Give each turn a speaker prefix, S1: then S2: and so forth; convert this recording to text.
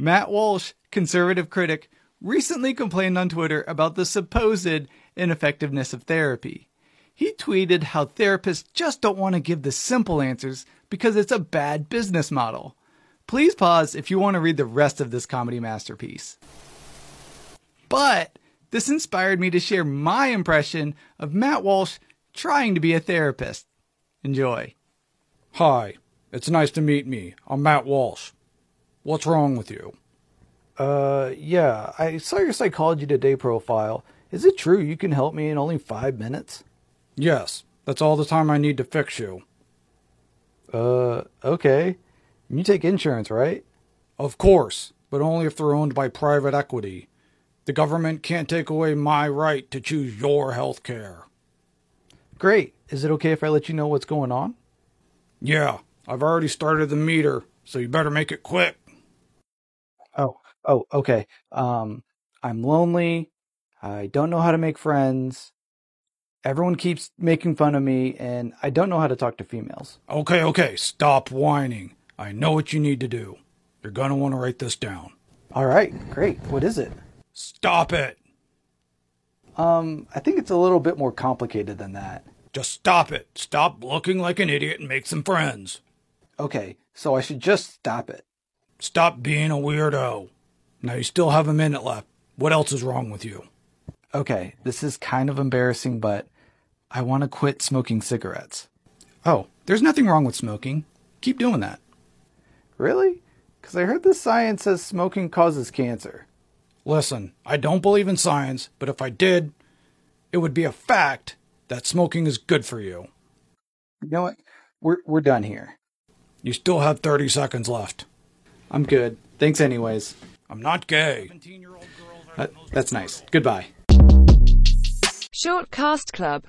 S1: Matt Walsh, conservative critic, recently complained on Twitter about the supposed ineffectiveness of therapy. He tweeted how therapists just don't want to give the simple answers because it's a bad business model. Please pause if you want to read the rest of this comedy masterpiece. But this inspired me to share my impression of Matt Walsh trying to be a therapist. Enjoy.
S2: Hi, it's nice to meet me. I'm Matt Walsh. What's wrong with you?
S1: Uh, yeah, I saw your Psychology Today profile. Is it true you can help me in only five minutes?
S2: Yes, that's all the time I need to fix you.
S1: Uh, okay. You take insurance, right?
S2: Of course, but only if they're owned by private equity. The government can't take away my right to choose your health care.
S1: Great. Is it okay if I let you know what's going on?
S2: Yeah, I've already started the meter, so you better make it quick.
S1: Oh, oh, okay. Um, I'm lonely. I don't know how to make friends. Everyone keeps making fun of me, and I don't know how to talk to females.
S2: Okay, okay, stop whining. I know what you need to do. You're gonna want to write this down.
S1: All right, great. What is it?
S2: Stop it!
S1: Um, I think it's a little bit more complicated than that.
S2: Just stop it. Stop looking like an idiot and make some friends.
S1: Okay, so I should just stop it.
S2: Stop being a weirdo. Now you still have a minute left. What else is wrong with you?
S1: Okay, this is kind of embarrassing, but I want to quit smoking cigarettes.
S2: Oh, there's nothing wrong with smoking. Keep doing that.
S1: Really? Because I heard the science says smoking causes cancer.
S2: Listen, I don't believe in science, but if I did, it would be a fact that smoking is good for you.
S1: You know what? We're, we're done here.
S2: You still have 30 seconds left.
S1: I'm good. Thanks, anyways.
S2: I'm not gay.
S1: Uh, that's nice. Goodbye.
S3: Shortcast Club.